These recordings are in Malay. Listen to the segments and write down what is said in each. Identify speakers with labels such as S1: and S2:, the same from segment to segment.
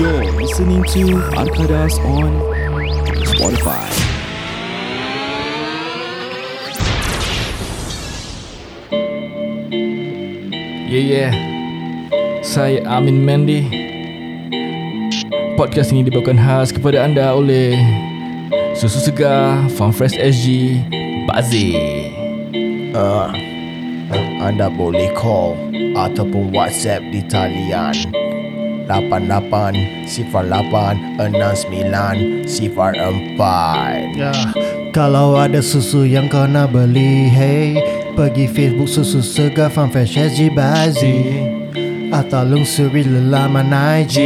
S1: You're listening to Arkadas on Spotify.
S2: Yeah, yeah. Saya Amin Mandy. Podcast ini dibawakan khas kepada anda oleh Susu Segar, Farm Fresh SG, Bazir.
S3: Uh, anda boleh call ataupun WhatsApp di talian 88 sifar 8 69 sifar 4
S4: Ya, kalau ada susu yang kau nak beli, hey, pergi Facebook susu segar Farm Fresh SG Bazi atau lungsuri lelaman IG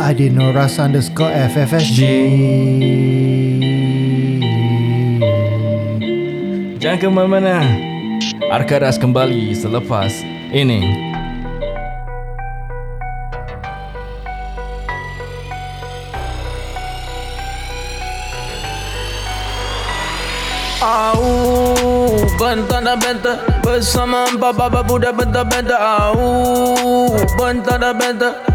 S4: Adinoras underscore FFSG
S2: Jangan ke mana-mana. Arkadas kembali selepas ini.
S5: Au Bentara benta Bersama empat bapa budak benta benta Au Bentara benta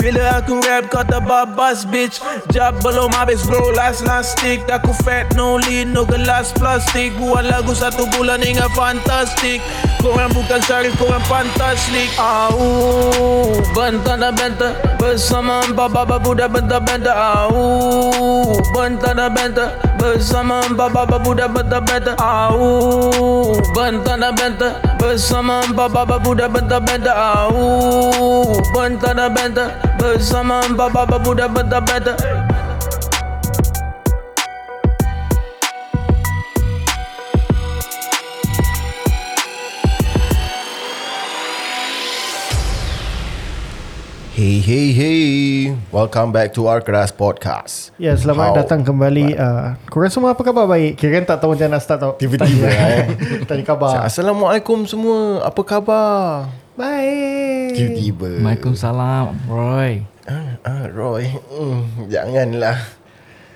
S5: Bila aku rap kau terbabas bitch Job belum habis bro last last stick Aku fat no lead no gelas plastik Buat lagu satu bulan hingga fantastik Korang bukan syarif korang fantastik Au Bentar dan bentar Bersama empat baba budak bentar bentar Au Bentar dan bentar Bersama empat baba budak bentar bentar Au Bentar dan bentar Bersama empat baba budak bentar bentar Au Bentar dan bentar Bersama empat baba budak bentar bentar
S3: Hey hey hey Welcome back to our Keras Podcast
S4: Ya, selamat
S3: How?
S4: datang kembali uh, Korang semua apa khabar baik? Kira tak tahu macam mana nak start tau
S3: Tiba-tiba eh
S4: Tanya khabar
S3: Assalamualaikum semua Apa khabar
S4: Baik
S3: Tiba-tiba
S2: Waalaikumsalam, Roy.
S3: ah, Roy mm, Janganlah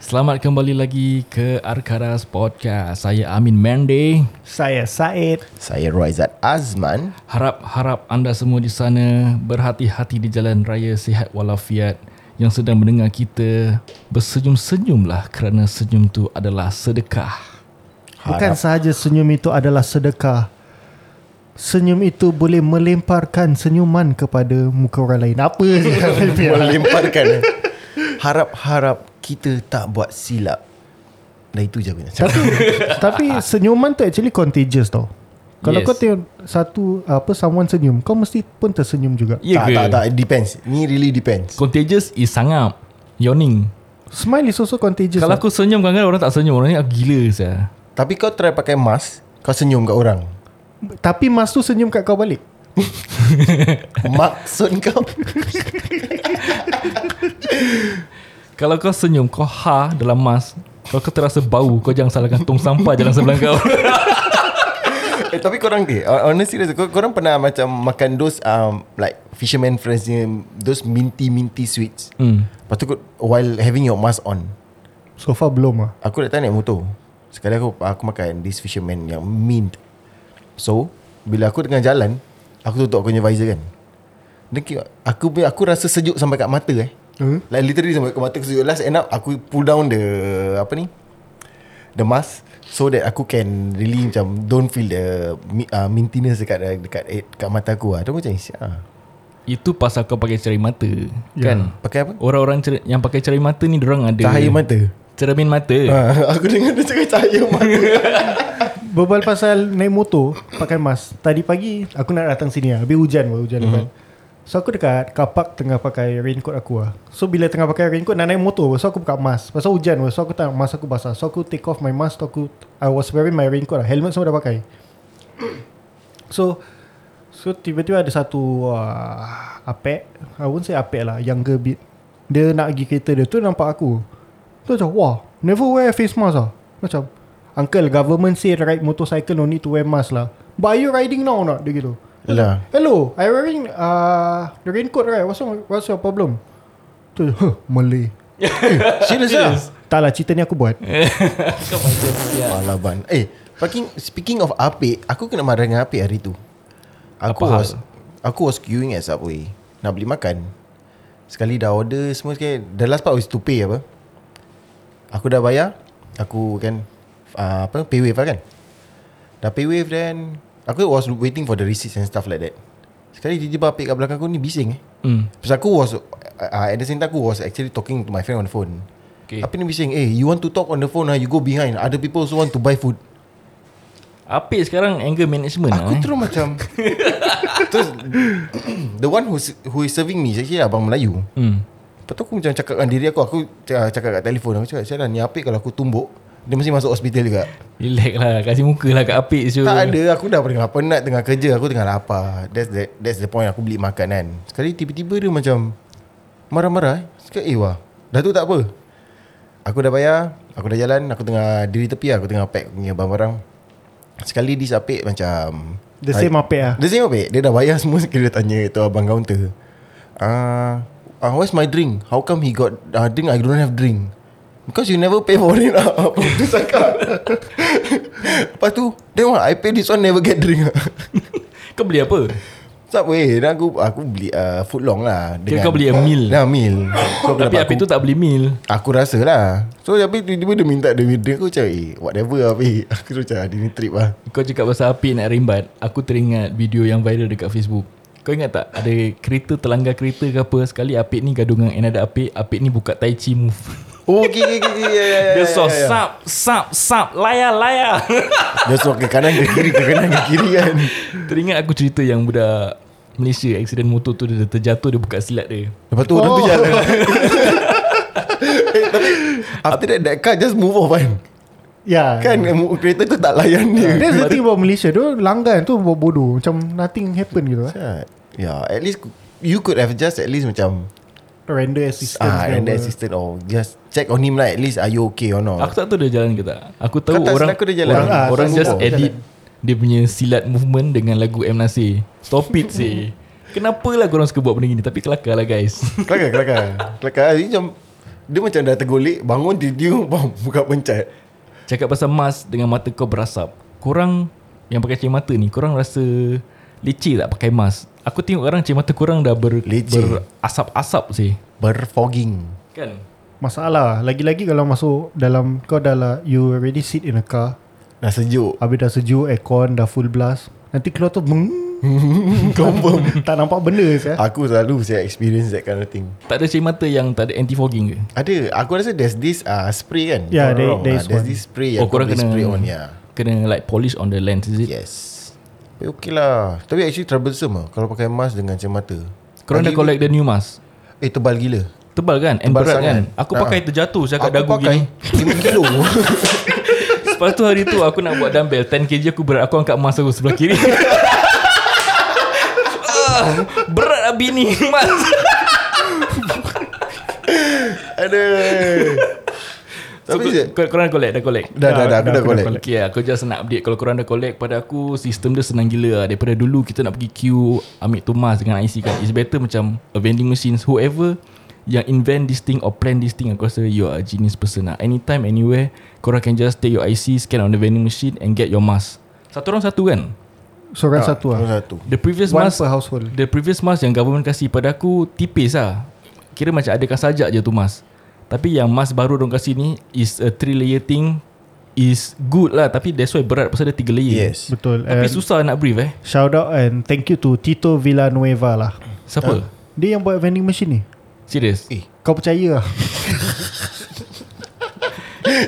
S2: Selamat kembali lagi ke Arkadas Podcast. Saya Amin Mende.
S4: Saya Said
S3: Saya Royzat Azman
S2: Harap-harap anda semua di sana berhati-hati di jalan raya sihat walafiat yang sedang mendengar kita bersenyum-senyumlah kerana senyum tu adalah sedekah.
S4: Bukan sahaja senyum itu adalah sedekah. Senyum itu boleh melemparkan senyuman kepada muka orang lain. Apa je?
S3: Melemparkan Harap-harap kita tak buat silap Dah itu je aku nak cakap
S4: Tapi senyuman tu actually contagious tau. Kalau
S2: Yes.
S4: yes. kau tengok satu apa someone senyum, kau mesti pun tersenyum juga.
S2: Ya
S3: tak, tak, tak, it depends. Ni really depends.
S2: Contagious is sangap. Yawning.
S4: Smile is also contagious.
S2: Kalau
S4: tau.
S2: aku senyum kadang-kadang orang tak senyum. Orang ni ah, gila saya.
S3: Tapi kau try pakai mask, kau senyum kat orang.
S4: Tapi mas tu senyum kat kau balik.
S3: Maksud kau
S2: Kalau kau senyum, kau ha dalam mas. Kalau kau terasa bau, kau jangan salahkan tong sampah jalan sebelah kau.
S3: eh, Tapi korang dia Honestly kor- Korang pernah macam Makan those um, Like Fisherman friends ni, Those minty-minty sweets
S2: Hmm.
S3: Lepas tu kau- While having your mask on
S4: So far belum ah.
S3: Aku datang naik motor Sekali aku Aku makan This fisherman yang mint So Bila aku tengah jalan Aku tutup aku punya visor kan Then ki- aku punya- aku rasa sejuk sampai kat mata eh.
S4: Hmm?
S3: Like literally sampai kat mata aku sejuk. Last end up aku pull down the apa ni? The mask so that aku can really macam don't feel the mi- uh, mintiness dekat dekat eh, dekat mata aku lah. Tu macam isya.
S2: Itu pasal kau pakai cerai mata. Yeah. Kan?
S3: Pakai apa?
S2: Orang-orang cer- yang pakai cerai mata ni Diorang ada
S3: Cahaya mata.
S2: Cermin mata
S3: Ha, aku dengar dia cakap cahaya mata.
S4: Berbual pasal naik motor pakai mask. Tadi pagi aku nak datang sini lah. Habis hujan pun hujan lebat. So aku dekat kapak tengah pakai raincoat aku lah. So bila tengah pakai raincoat nak naik motor pun. So aku buka mask. Pasal hujan pun. So aku tak nak mask aku basah. So aku take off my mask. So aku I was wearing my raincoat lah. Helmet semua dah pakai. So ah, So tiba-tiba ada satu uh, Apek I won't say apek lah Younger bit Dia nak pergi kereta dia tu nampak aku Tu macam wah Never wear face mask lah Macam Uncle government say ride motorcycle no need to wear mask lah But are you riding now or not Dia gitu
S3: Lah.
S4: Hello I wearing uh, The raincoat right What's, wrong, what's your problem Tu huh, Malay
S3: Serious lah.
S4: Tak lah cerita ni aku buat
S2: Ya.
S3: Palaban. Eh, fucking speaking of apik, aku kena marah dengan apik hari tu. Aku
S2: Apa hal?
S3: was aku was queuing at Subway. Nak beli makan. Sekali dah order semua sekali. The last part was to pay apa. Aku dah bayar. Aku kan uh, apa paywave lah kan. Dah paywave then aku was waiting for the receipts and stuff like that. Sekali tiba-tiba apik kat belakang aku ni bising eh.
S2: Hmm.
S3: Pasal aku was uh, At the same time Aku was actually talking To my friend on the phone
S2: Okay.
S3: okay. Apa ni bising Eh you want to talk on the phone ah, You go behind Other people also want to buy food
S2: Apik sekarang anger management lah,
S3: Aku
S2: eh.
S3: terus macam Terus The one who, who is serving me is Actually abang Melayu
S2: Hmm.
S3: Lepas tu aku macam cakap dengan diri aku Aku cakap, cakap kat telefon Aku cakap Syarah ni apik kalau aku tumbuk Dia mesti masuk hospital juga
S2: Relax lah Kasih muka lah kat apik tu
S3: Tak ada Aku dah tengah penat Tengah kerja Aku tengah lapar That's the, that's the point Aku beli makan kan Sekali tiba-tiba dia macam Marah-marah eh. Cakap eh wah Dah tu tak apa Aku dah bayar Aku dah jalan Aku tengah diri tepi lah, Aku tengah pack punya barang-barang Sekali dia sapik macam
S4: The same apik lah
S3: Dia same apik Dia dah bayar semua Sekali dia tanya tu abang counter Ah, uh, uh, Where's my drink? How come he got uh, drink I don't have drink Because you never pay for it lah Apa tu cakap Lepas tu Then what I pay this one never get drink lah
S2: Kau beli apa?
S3: Subway Dan aku Aku beli uh, food long lah
S2: Kira kau beli a meal.
S3: Nah meal so,
S2: Tapi apik tu tak beli meal
S3: Aku rasa lah So tapi tiba-tiba dia minta Dia drink aku macam Eh whatever lah Fik." Aku tu macam Dia ni trip lah
S2: Kau cakap pasal api nak rimbat Aku teringat video yang viral dekat Facebook Kau ingat tak Ada kereta terlanggar kereta ke apa Sekali apik ni gaduh dengan another apik Apik ni buka tai chi move
S3: Oh okay okay okay ya. yeah, yeah, yeah,
S2: Dia
S3: yeah,
S2: so
S3: yeah.
S2: sap sap sap Layar layar
S3: Dia suruh ke kanan ke kiri Ke kanan ke kiri kan
S2: Teringat aku cerita yang budak Malaysia accident motor tu Dia terjatuh dia buka silat dia
S3: Lepas tu orang tu jalan Eh, Tapi After that That car just move off kan
S4: Ya
S3: Kan eh, mu- kereta tu tak layan dia
S4: That's the thing about Malaysia Dia langgan tu bodoh Macam nothing happen gitu eh.
S3: Yeah, yeah, Ya, at least You could have just At least macam
S4: Render assistance
S3: Ah,
S4: ke
S3: and the
S4: apa.
S3: assistant Or just check on him lah At least are you okay or not
S2: Aku tak tahu dia jalan ke tak Aku tahu
S3: Kau tak
S2: orang
S3: senang aku dia jalan.
S2: Orang,
S4: Ah,
S2: orang
S4: tak
S2: just
S4: senang.
S2: edit Dia punya silat movement Dengan lagu M. Nasir Stop it sih Kenapa lah korang suka buat benda gini Tapi kelakar lah guys
S3: Kelakar kelakar Kelakar Dia macam Dia macam dah tergolek Bangun tidur bam, Buka pencat
S2: Cakap pasal mask Dengan mata kau berasap Korang Yang pakai cermata ni Korang rasa Leceh tak pakai mask Aku tengok sekarang cermata korang dah ber,
S3: Leceh.
S2: Berasap-asap sih
S3: Berfogging
S2: Kan
S4: Masalah Lagi-lagi kalau masuk Dalam Kau dah lah You already sit in a car
S3: Dah sejuk
S4: Habis dah sejuk Aircon dah full blast Nanti keluar tu beng,
S3: Confirm
S4: Tak nampak benda saya.
S3: Aku selalu saya experience that kind of thing
S2: Tak ada cermata yang Tak ada anti-fogging ke
S3: Ada Aku rasa there's this uh, spray kan
S4: Yeah,
S3: If I'm
S4: Ya, there-
S3: wrong. Ah,
S4: there is
S3: There's
S4: one.
S3: this spray
S2: Oh,
S3: yang kau
S2: korang
S3: boleh
S2: kena-
S3: spray on ya. yeah.
S2: Kena like polish on the lens is it
S3: Yes Tapi okay lah Tapi actually troublesome lah Kalau pakai mask dengan cermata
S2: Korang dah
S3: Lagi-
S2: collect the new mask
S3: Eh tebal gila
S2: Tebal kan And
S3: Tebal
S2: berat kan
S3: sangat.
S2: Aku
S3: Ha.
S2: pakai terjatuh Saya kat dagu gini
S3: 5 kilo
S2: Lepas tu hari tu Aku nak buat dumbbell 10kg aku berat Aku angkat mask aku sebelah kiri Ah, Berat abi ni Mas
S3: Ada
S2: So,
S3: Tapi
S2: kor- kor- korang dah collect Dah collect
S3: Dah dah dah Aku dah
S4: Dah, aku dah
S3: collect
S2: Okay lah, aku just nak update Kalau korang dah collect Pada aku, sistem dia senang gila lah Daripada dulu kita nak pergi queue Ambil tu mask dengan IC kan It's better macam A vending machine Whoever yang invent this thing Or plan this thing Aku rasa you are a genius person lah Anytime, anywhere Korang can just take your IC Scan on the vending machine And get your mask Satu orang satu kan
S4: Seorang satu
S3: Orang
S4: lah
S3: Satu
S2: The previous
S4: One
S2: mask
S4: per household.
S2: The previous mask yang government kasih pada aku Tipis lah Kira macam ada sajak je tu mask Tapi yang mask baru dong kasih ni Is a three layer thing Is good lah Tapi that's why berat Pasal dia tiga layer
S3: Yes
S4: Betul
S2: Tapi
S4: and
S2: susah nak breathe eh
S4: Shout out and thank you to Tito Villanueva lah
S2: Siapa?
S4: Dia yang buat vending machine ni
S2: Serius?
S3: Eh
S4: Kau percaya lah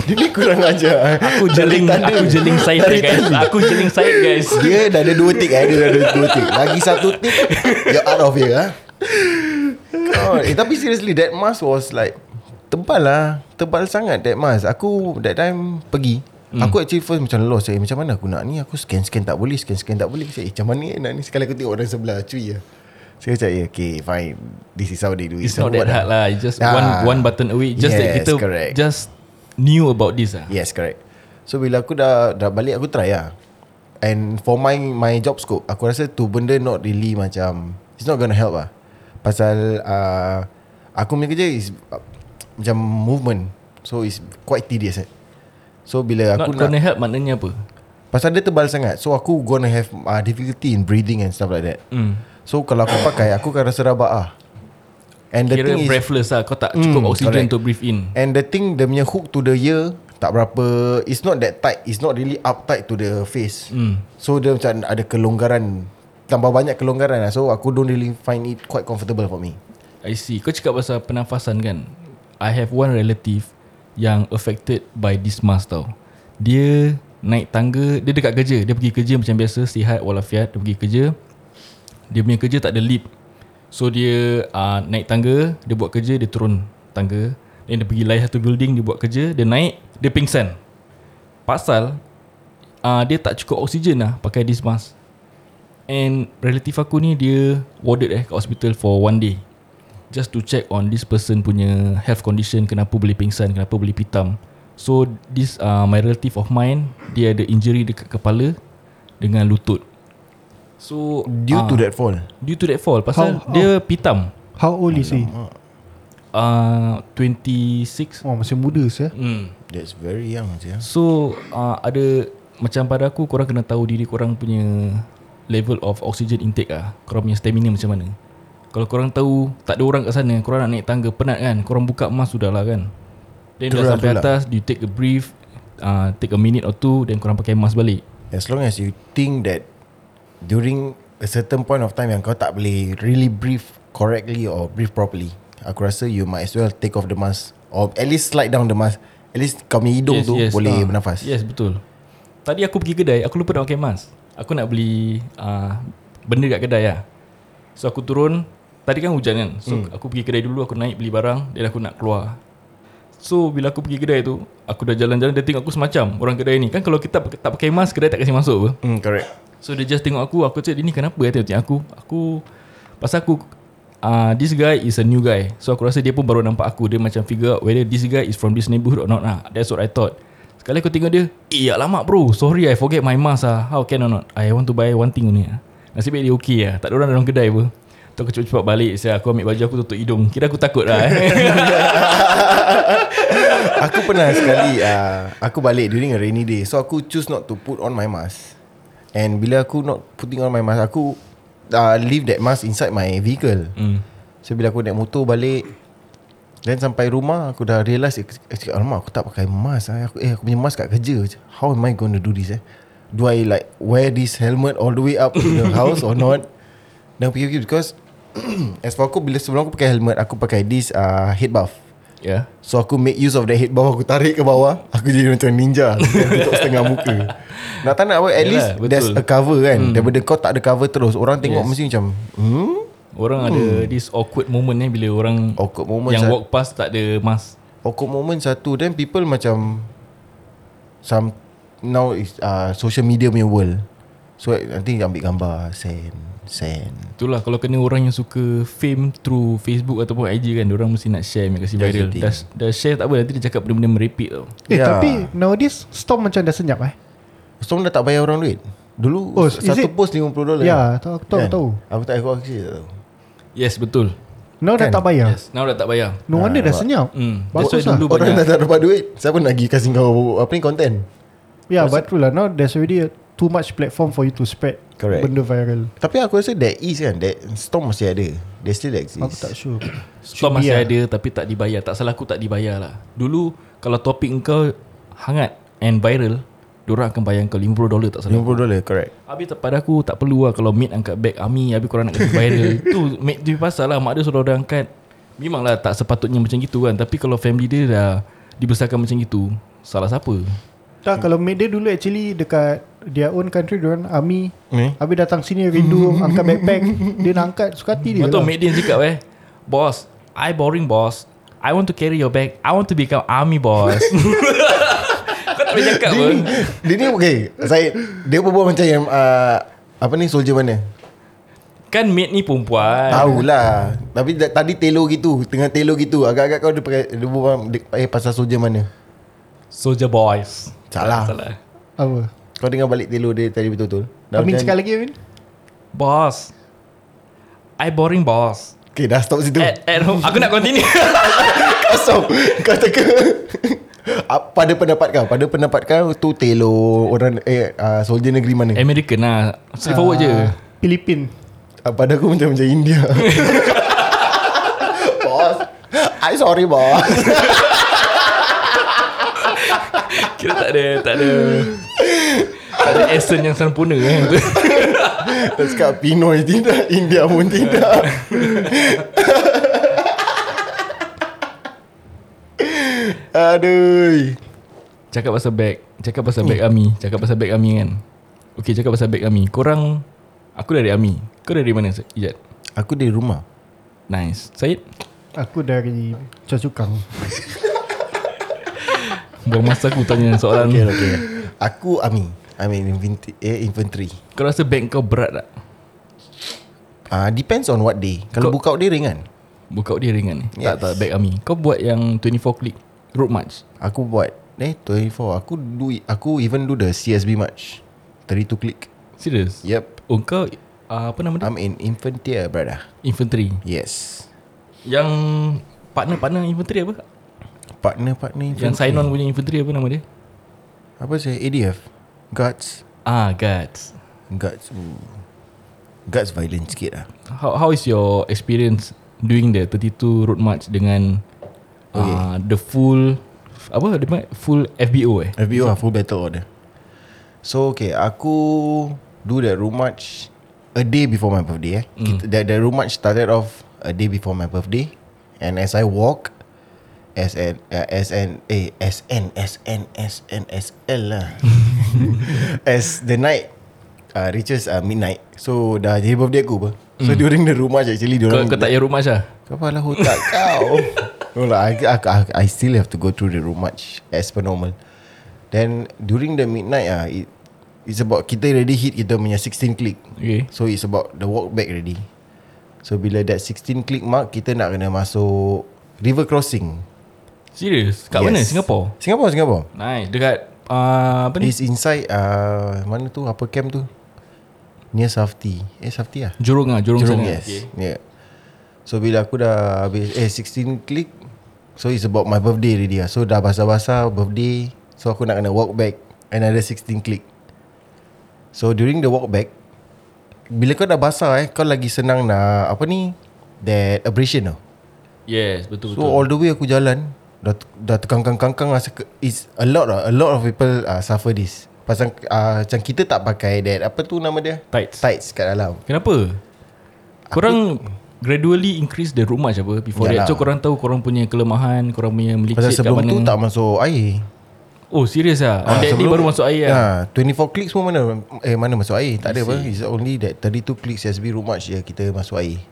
S3: Dia ni kurang aja
S2: Aku jeling Aku jeling side guys Aku jeling side guys
S3: Dia dah ada dua tik eh. Dia dah ada dua tik Lagi satu tik You're out of here ah. God. Eh, tapi seriously That mask was like Tebal lah Tebal sangat that mask Aku that time Pergi
S2: Hmm.
S3: Aku actually first macam lost eh, Macam mana aku nak ni Aku scan-scan tak boleh Scan-scan tak boleh Saya, eh, Macam mana eh, nak ni Sekali aku tengok orang sebelah Cuy lah Saya macam yeah, Okay fine This is how they do it
S2: It's
S3: So,
S2: not that
S3: what-
S2: hard lah It's just
S3: Ah.
S2: one one button away Just that
S3: Yes,
S2: kita
S3: correct.
S2: Just Knew about this lah
S3: Yes correct So bila aku dah Dah balik aku try lah And for my My job scope Aku rasa tu benda Not really macam It's not gonna help lah Pasal uh, Aku punya kerja is uh, Macam movement So it's quite tedious eh. So bila
S2: Not
S3: aku
S2: gonna help maknanya apa
S3: Pasal dia tebal sangat So aku gonna have uh, Difficulty in breathing And stuff like that
S2: Hmm.
S3: So kalau aku pakai Aku akan rasa rabak ah. And the
S2: Kira
S3: thing is
S2: breathless lah Kau tak cukup
S3: Mm,
S2: oksigen
S3: correct.
S2: to breathe in
S3: And the thing Dia punya hook to the ear Tak berapa It's not that tight It's not really up tight to the face
S2: Hmm.
S3: So dia macam ada kelonggaran Tambah banyak kelonggaran lah So aku don't really find it Quite comfortable for me
S2: I see Kau cakap pasal pernafasan kan I have one relative Yang affected by this mask tau Dia naik tangga Dia dekat kerja Dia pergi kerja macam biasa Sihat walafiat Dia pergi kerja Dia punya kerja tak ada lift So dia uh, naik tangga Dia buat kerja Dia turun tangga Then dia pergi layan satu building Dia buat kerja Dia naik Dia pingsan Pasal uh, Dia tak cukup oksigen lah Pakai this mask And relative aku ni Dia warded eh Kat hospital for one day Just to check on this person punya Health condition Kenapa boleh pingsan Kenapa boleh pitam So this uh, My relative of mine Dia ada injury dekat kepala Dengan lutut So
S3: Due
S2: ah,
S3: to that fall
S2: Due to that fall Pasal
S4: How- how?
S2: dia pitam
S4: How old is he?
S2: uh, 26
S4: Oh, masih muda saya.
S2: hmm.
S3: That's very young yeah.
S2: So uh, ada Macam pada aku Korang kena tahu diri korang punya Level of oxygen intake lah Korang punya stamina macam mana Kalau korang tahu Tak ada orang kat sana Korang nak naik tangga Penat kan Korang buka mask sudah lah kan Then
S3: Itulah,
S2: dah sampai
S4: lah.
S3: itulah.
S2: atas You take a brief uh, Take a minute or two Then korang pakai mask balik
S3: As long as you think that During a certain point of time Yang kau tak boleh Really breathe correctly Or breathe properly Aku rasa you might as well Take off the mask Or at least slide down the mask At least kau punya hidung yes, tu yes, Boleh
S2: Ah.
S3: bernafas
S2: Yes betul Tadi aku pergi kedai Aku lupa nak pakai mask Aku nak beli uh, Benda kat kedai lah So aku turun Tadi kan hujan kan So hmm. aku pergi kedai dulu Aku naik beli barang Dan aku nak keluar So bila aku pergi kedai tu Aku dah jalan-jalan Dia tengok aku semacam Orang kedai ni Kan kalau kita tak pakai- tak pakai mask Kedai tak kasi masuk apa
S3: Hmm, correct
S2: So dia just tengok aku Aku cakap dia ni kenapa ya tengok aku Aku Pasal aku uh, This guy is a new guy So aku rasa dia pun baru nampak aku Dia macam figure out Whether this guy is from this neighborhood or not lah. That's what I thought Sekali aku tengok dia Eh ya lama bro Sorry I forget my mask ah. How can or not I want to buy one thing only ah. Nasib baik dia okay lah Tak ada orang dalam kedai pun Tu aku cepat-cepat balik Saya aku ambil baju aku tutup hidung Kira aku takut lah eh.
S3: Aku pernah sekali uh, Aku balik during a rainy day So aku choose not to put on my mask And bila aku not putting on my mask Aku uh, leave that mask inside my vehicle mm. So bila aku naik motor balik Then sampai rumah Aku dah realise eh, eh, cakap, Alamak aku tak pakai mask eh. Aku, eh aku punya mask kat kerja je. How am I going to do this eh Do I like Wear this helmet all the way up To the house or not Dan aku fikir because As for aku Bila sebelum aku pakai helmet Aku pakai this uh, head buff
S2: yeah.
S3: So aku make use of the head bawah Aku tarik ke bawah Aku jadi macam ninja Aku Tutup setengah muka Nak tak nak apa At
S2: Yalah,
S3: least
S2: betul.
S3: There's a cover kan hmm. Daripada kau tak ada cover terus Orang tengok
S2: Yes.
S3: yes. mesti macam Hmm
S2: Orang ada This awkward moment ni Bila orang
S3: Awkward moment
S2: Yang
S3: sat-
S2: walk past Tak ada mask
S3: Awkward moment satu Then people macam Some Now is uh, Social media punya world So nanti ambil gambar Send Send
S2: Itulah kalau kena orang yang suka fame through Facebook ataupun IG kan orang mesti nak share make kasi
S3: That's
S2: viral.
S3: the thing.
S2: Dah, dah share tak apa nanti dia cakap benda-benda merepek tau.
S4: Eh,
S3: Yeah.
S4: tapi nowadays Storm macam dah senyap eh.
S3: Storm dah tak bayar orang duit Dulu oh,
S4: Oh, is
S3: Satu
S4: it?
S3: post 50 dolar
S4: Ya, tahu- aku tahu,
S3: Kan?
S4: tahu.
S3: Aku tak aku actually tak tahu
S2: Yes betul.
S4: Now
S3: Kan?
S4: dah
S3: Ah,
S4: tak bayar.
S2: Yes, now dah tak bayar.
S4: No wonder dah senyap.
S2: Hmm. That's why
S4: Bagus lah.
S2: dulu
S3: Orang
S2: banyak.
S3: dah tak dapat duit Siapa nak pergi kasih kau Apa ni content
S4: Yeah, but true lah. Now there's already too much platform for you to spread
S3: Correct.
S4: benda viral.
S3: Tapi aku rasa there is kan that Storm masih ada There still exist
S4: Aku tak sure.
S2: Kau masih ada tapi tak dibayar. Tak salah aku tak dibayar lah. Dulu kalau topik kau hangat and viral, orang akan bayar kau 50 dolar tak salah.
S3: $50 correct
S2: Habis tak pada aku tak perlu lah kalau mate angkat beg Ami habis korang nak kasi viral. tu mate tu pasal lah mak dia suruh dia angkat. Memanglah tak sepatutnya macam gitu kan. Tapi kalau family dia dah dibesarkan macam gitu, salah siapa?
S4: Tak, kalau mate dia dulu actually dekat their own country, diorang army.
S3: Eh?
S4: Habis datang sini rindu angkat backpack. Dia nak angkat, suka hati dia
S2: Lepas tu
S4: lah.
S2: mate dia cakap eh, boss, I boring boss. I want to carry your bag. I want to become army boss. Kau tak boleh cakap
S3: Dia
S2: pun.
S3: ni Dia ni okay Saya Dia berbual macam yang uh, Apa ni soldier mana
S2: Kan maid ni perempuan
S4: Ah,
S3: Tahu lah Tapi da- tadi telo gitu Tengah telo gitu Agak-agak kau dia, pakai- dia berbual dia- Eh pasal soldier mana
S2: Soldier boys
S3: Salah.
S2: Salah
S4: Apa?
S3: Kau dengar balik telo dia tadi betul-betul Dah
S4: Amin
S3: macam-
S4: cakap lagi Amin.
S2: Boss I boring boss
S3: Okay dah stop situ
S4: Eh.
S2: At, at home Aku nak continue
S3: Kau stop Kau teka Ah, Pada pendapat kau Pada pendapat kau Tu telo Orang eh, ah, Soldier negeri mana
S2: American lah Straight forward je
S4: Ah, Filipin.
S3: Ah, Pada aku macam macam India Boss I sorry boss
S2: Kira tak ada Tak ada Tak ada accent yang sempurna kan
S3: Dia cakap Pinoy tidak India pun tidak Aduh
S2: Cakap pasal bag Cakap pasal bag army Cakap pasal bag army kan Okay cakap pasal bag army Korang Aku dari army Kau dari mana Sa- Ijat
S3: Aku di rumah
S2: Nice Syed
S4: Aku dari Choa Chu Kang.
S2: Buang masa aku tanya soalan
S3: Okay okay Aku Ami Ami infantry, eh, infantry.
S2: Kau rasa bag kau berat tak
S3: Ah Depends on what day Kalau
S2: Kau-
S3: buka dia ringan
S2: Buka dia ringan ni yes. Tak
S3: Yes.
S2: tak bag army Kau buat yang 24 click Road march
S3: Aku buat Eh 24 Aku do it- Aku even do the CSB match 32 click
S2: Serius
S3: Yep Um,
S2: Oh kau uh, Apa nama dia
S3: I'm in infantry brother
S2: Infantry
S3: Yes
S2: Yang Partner-partner infantry apa
S3: Partner-partner infantry
S2: Yang sign on punya infantry apa nama dia
S3: Apa saya ADF Guards
S2: Ah guards
S3: Guards ooh. Guards violent sikit lah
S2: How how is your experience doing the 32 road march dengan okay. uh, the full apa dia panggil? full FBO eh?
S3: FBO lah Full battle order So okay Aku Do the room march A day before my birthday eh.
S2: Hmm.
S3: Mm. The, the room march started off A day before my birthday And as I walk As an uh, As an eh, As an As an As an As L lah As the night uh, Reaches uh, midnight So dah jadi birthday aku apa So mm. during the room march actually
S2: Hmm. Kau,
S3: diorang
S2: kau tak payah road march lah?
S3: Kepala otak kau No lah I, I, I- I still have to go through the room much As per normal Then During the midnight ah, it, It's about Kita already hit Kita punya 16 click
S2: Okay.
S3: So it's about The walk back already So bila that 16 click mark Kita nak kena masuk River crossing
S2: Serius? Kat yes. mana? Singapore?
S3: Singapore Singapore
S2: Nice. Dekat uh, apa ni?
S3: It's inside uh, Mana tu Apa camp tu Near Safti Eh Safti lah
S2: Jurong lah. Jurong,
S3: Jurong
S2: sana.
S3: yes yeah. So bila aku dah habis Eh 16 click So it's about my birthday already lah. So dah basah-basah birthday So aku nak kena walk back Another 16 click So during the walk back Bila kau dah basah eh Kau lagi senang nak Apa ni That abrasion tau
S2: Yes, betul
S3: So
S2: betul.
S3: Betul. all the way aku jalan Dah, dah terkangkang-kangkang rasa ke- It's a lot lah A lot of people uh, suffer this Pasal uh, macam kita tak pakai that Apa tu nama dia
S2: Tights.
S3: Tights kat dalam
S2: Kenapa? Korang gradually increase the road march apa before
S3: Yalah.
S2: that. So korang tahu korang punya kelemahan, korang punya
S3: Ya lah.
S2: melicit
S3: Pasal
S2: kat
S3: sebelum
S2: mana.
S3: tu tak masuk air
S2: Oh, serius ah. On
S3: Ah,
S2: that day
S3: sebelum-
S2: baru masuk air ah.
S3: Ya, 24 clicks pun mana eh mana masuk air. Tak ada apa. It's only that 32 clicks SB room match je kita masuk air.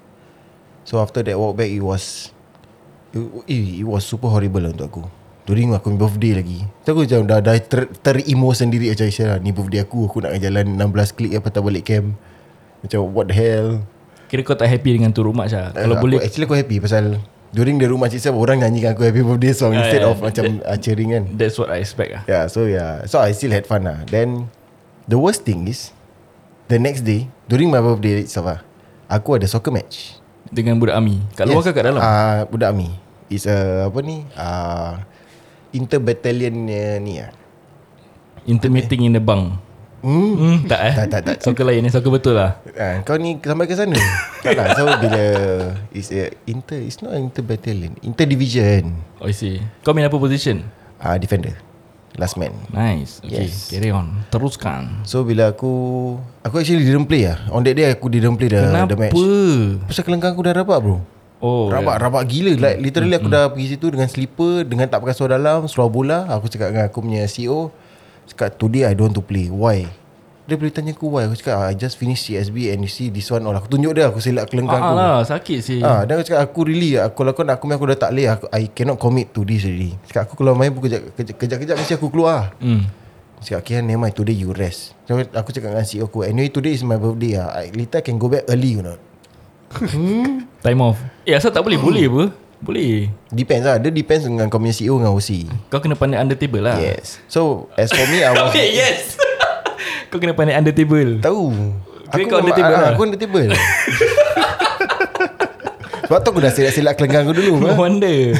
S3: So after that walk back it was it, it, it was super horrible lah untuk aku. During aku punya birthday lagi. So aku macam dah, dah ter, terimo sendiri macam Aisyah lah. Ni birthday aku, aku nak jalan 16 klik apa tak balik camp. Macam what the hell.
S2: Kira kau tak happy dengan tu road march ah. Kalau
S3: Eh, aku,
S2: boleh
S3: Actually aku happy pasal during the room match itself orang nyanyikan aku happy birthday song
S2: Ah,
S3: instead
S2: yeah,
S3: of
S2: that-
S3: macam uh, cheering kan.
S2: that's what I expect ah.
S3: Yeah, so yeah. So I still had fun lah. Then the worst thing is the next day during my birthday itself lah, aku ada soccer match.
S2: Dengan budak army Kat luar yes. ke kat dalam? Uh,
S3: Ah, uh, budak army. It's a apa ni? Ah uh, interbattalion uh, ni ah.
S2: Intermitting in the bunk
S3: Hmm.
S2: hmm, Tak eh?
S3: Tak, tak, tak.
S2: Soccer lain ni Soccer betul lah
S3: Ah, kau ni sampai ke sana Tak lah So bila It's a inter It's not an interbattalion Interdivision
S2: Oh I see Kau main apa position?
S3: Ah, Defender Last man
S2: Nice Okay yes.
S3: Yes.
S2: carry on Teruskan
S3: So bila aku Aku actually didn't play lah On that day aku didn't play Uh,
S2: Kenapa?
S3: the, the match Pasal kelengkang aku dah rapat bro
S2: Oh Hmm.
S3: Rabak rabak gila Like literally aku dah pergi situ Dengan slipper Dengan tak pakai seluar dalam Seluar bola Aku cakap dengan aku punya CEO Cakap today I don't want to play Why? Dia boleh tanya aku why Aku cakap I just finish CSB And you see this one all Aku tunjuk dia Aku selak kelengkang
S2: Ah, ah
S3: aku
S2: lah sakit sih
S3: Ah, dan aku cakap aku really aku kalau kau nak aku main aku dah tak boleh aku, I cannot commit to this already. Cakap aku kalau main pun kejap kejap kejap, kejap mesti aku keluar.
S2: Hmm.
S3: Cakap okay never E mind today you rest so, Aku cakap dengan CEO aku Anyway today is my birthday ah. I, later I can go back early you know
S2: Time off Eh asal tak boleh Boleh apa Boleh
S3: Depends lah Dia depends dengan Kau punya CEO dengan OC
S2: Kau kena pandai under table lah
S3: Yes So as for me I was
S2: Okay yes Kau kena pandai under table
S3: Tahu
S2: Kira kau under table
S3: ah,
S2: lah.
S3: Aku under table Sebab tu aku dah silap-silap kelenggang aku dulu
S2: No
S3: ah.
S2: wonder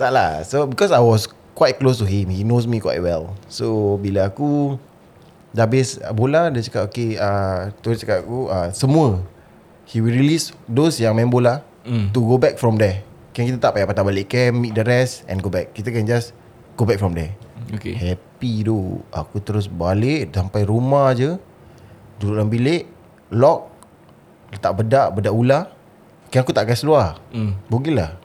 S3: Tak lah So because I was Quite close to him He knows me quite well So bila aku Dah habis bola Dia cakap okay uh, Tu dia cakap aku uh, Semua He will release Those yang main bola mm. To go back from there Kan kita tak payah patah balik camp Meet the rest And go back Kita can just Go back from there
S2: Okay
S3: Happy tu Aku terus balik Sampai rumah je Duduk dalam bilik Lock Letak bedak Bedak ular Okay aku tak kasi keluar
S2: Hmm.
S3: mm. Bogil lah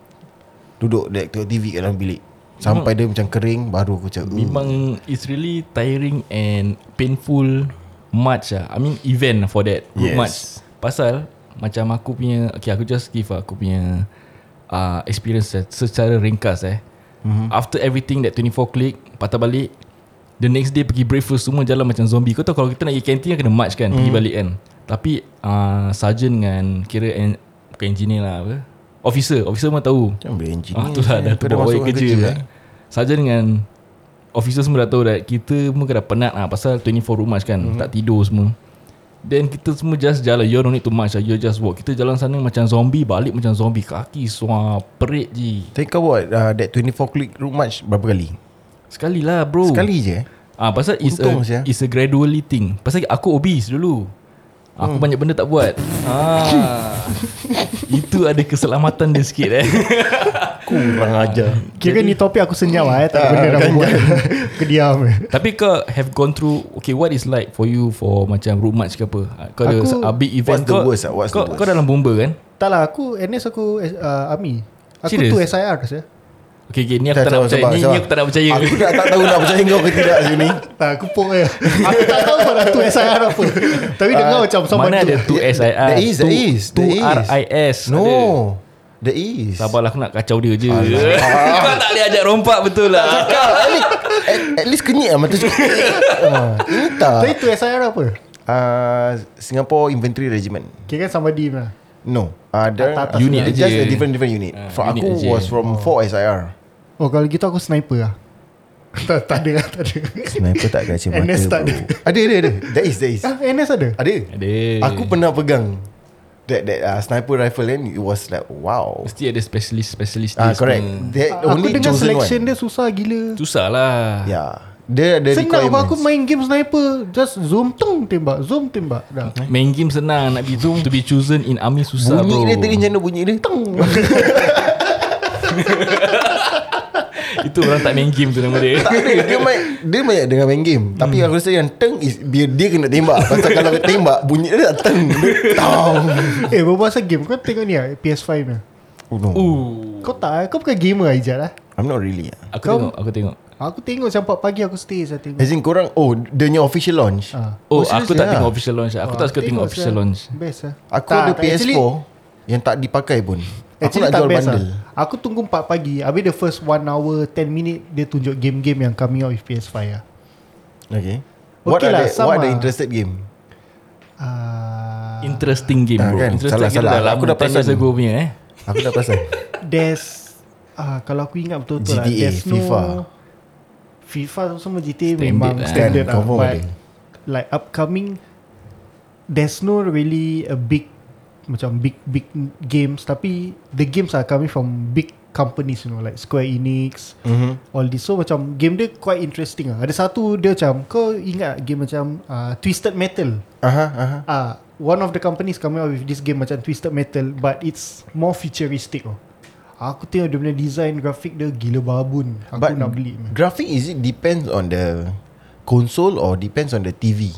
S3: Duduk dia tengok TV kat dalam bilik Sampai dia macam kering Baru aku "Uh, macam "Ugh."
S2: Memang It's really tiring And painful Much lah I mean event for that
S3: Yes.
S2: Group much Pasal Macam aku punya Okay aku just give aku punya uh, Experience se- secara ringkas eh mm-hmm. After everything that 24 click Patah balik The next day pergi breakfast Semua jalan macam zombie Kau tahu kalau kita nak pergi kantin Kena march kan mm. Pergi balik kan Tapi uh, Sergeant dengan Kira en, Bukan engineer lah apa Officer Officer semua tahu
S3: Macam boleh engineer
S2: Ah, tu lah dah
S3: Kau
S2: terbawa
S3: masuk eh?"
S2: kerja, kerja lah. Saja dengan Officer semua dah tahu dah Kita semua dah penat lah Pasal 24 rumah kan mm-hmm. Tak tidur semua Then kita semua just jalan You don't need to march lah You just walk Kita jalan sana macam zombie Balik macam zombie Kaki suar Perit je
S3: Tapi kau buat uh, That 24 click root match Berapa kali?
S2: Sekali lah bro
S3: Sekali je eh?
S2: Ah pasal it's a
S3: Untung sia.
S2: it's a gradually thing. Pasal aku obese dulu. Aku hmm. banyak benda tak buat. ah. Itu ada keselamatan dia sikit eh.
S3: Kurang aja
S4: Kira ni topik aku senyap lah eh, Tak
S3: Ah,
S4: ada benda nak
S3: kan,
S4: buat Kediam
S2: Tapi kau have gone through Okay what is like for you For macam road march ke apa Kau ada
S4: Aku-
S2: a big event
S3: What's the
S2: kau,
S3: worst lah? What's the
S2: kau,
S3: worst?
S2: kau dalam bomba kan
S4: Tak lah aku NS aku uh, Army Aku
S2: Serious?
S4: tu SIR saya.
S2: Okay, okay ni aku tak nak percaya Ni, ni aku tak nak percaya
S3: Aku dah tak tahu nak percaya kau ke tidak sini
S4: Tak aku pok je Aku tak tahu kalau tu SIR apa Tapi dengar macam someone
S2: Ah, Mana
S4: tu
S2: ada 2SIR
S3: There is, there is, there is.
S2: 2RIS
S3: No There is
S2: Sabarlah lah, aku nak kacau dia je Kau tak boleh ajak rompak betul lah
S3: Kau at least, at, at least kenyit lah mata cukup ah, Ini tak
S4: Tapi tu SIR apa
S3: uh, Singapore Inventory Regiment
S4: Kira kan sama dim lah
S3: No uh, there,
S4: Atas- atas
S2: Unit
S3: It's
S2: aja.
S3: Just a different different unit
S2: Ah,
S3: For
S2: unit Ah.
S3: Aku
S2: aja.
S3: was from 4 SIR
S4: Oh kalau gitu aku sniper lah Tak, tak ada lah tak ada
S3: Sniper tak kasi
S4: mata, NS tak bro. ada.
S3: Ada ada ada There is there is
S4: ah, NS ada
S3: Ada
S2: Ada
S3: Aku pernah pegang That, that uh, sniper rifle and it was like wow
S2: Mesti ada specialist-specialist
S3: Ah
S2: dia
S3: correct
S2: semua.
S3: that
S4: Aku
S3: only
S4: dengar
S3: chosen
S4: selection
S3: one
S4: dia susah gila
S2: Susah lah
S3: Yeah Dia ada
S4: Senang apa aku
S3: requirements.
S4: main game sniper Just zoom tung tembak Zoom tembak dah.
S2: Main game senang Nak be to be chosen in army susah bro
S3: Bunyi dia tadi macam mana bunyi dia Tang
S2: Itu orang tak main game tu nama dia
S3: Tak ada Dia main Dia banyak dengan main game Tapi aku rasa yang teng is, dia, dia kena tembak Pasal kalau dia tembak Bunyi dia tak teng Dia tang
S4: Eh berbual game Kau tengok ni lah PS5 ni
S3: oh, no.
S2: Ooh.
S4: Kau tak Kau bukan gamer lah Ijat lah
S3: I'm not really ah.
S2: Aku
S4: Kau-
S2: tengok Aku tengok
S4: Aku tengok sampai pagi aku stay saya tengok
S3: As in korang Oh dia punya official launch
S4: Ah.
S2: Oh,
S3: serious
S2: aku tak
S3: dia
S2: tengok
S3: lah.
S2: official launch. Aku tak suka tengok
S4: sia.
S2: official launch.
S4: Best lah
S3: Aku
S4: Tak,
S3: ada
S4: tak,
S3: PS4
S4: actually-
S3: Yang tak dipakai pun Aku
S4: Actually
S3: nak
S4: tak
S3: jual
S4: best
S3: bundle
S4: lah. Aku tunggu 4 pagi Habis the first 1 hour 10 minute Dia tunjuk game-game yang coming out with PS5 lah
S3: Okay What, are,
S4: Okay lah,
S3: the, what
S4: sama.
S3: are the interested game
S4: uh,
S2: Interesting game bro.
S3: Ah, kan?
S2: Interesting
S3: Salah,
S2: game
S3: salah.
S2: dah lama.
S3: Aku dah
S2: 10 years
S3: perasan.
S2: ago punya eh.
S3: Aku tak perasan
S4: There's uh, Kalau aku ingat betul-betul lah
S3: GTA,
S4: There's no
S3: FIFA.
S4: FIFA tu semua GTA
S2: Standard
S4: memang
S2: lah.
S4: standard lah
S3: Kan, Confirm
S4: But
S3: ada.
S4: Like upcoming There's no really a big Macam big big games Tapi The games are coming from big companies you know Like Square Enix
S3: mm-hmm.
S4: All this So macam game dia quite interesting lah Ada satu dia macam Kau ingat game macam uh, Twisted Metal
S3: Aha, aha.
S4: Ah, One of the companies coming out with this game Macam Twisted Metal But it's more futuristic oh. Aku tengok dia punya design grafik dia gila babun Aku
S3: But
S4: But nak beli man.
S3: Graphic is it depends on the Console or depends on the TV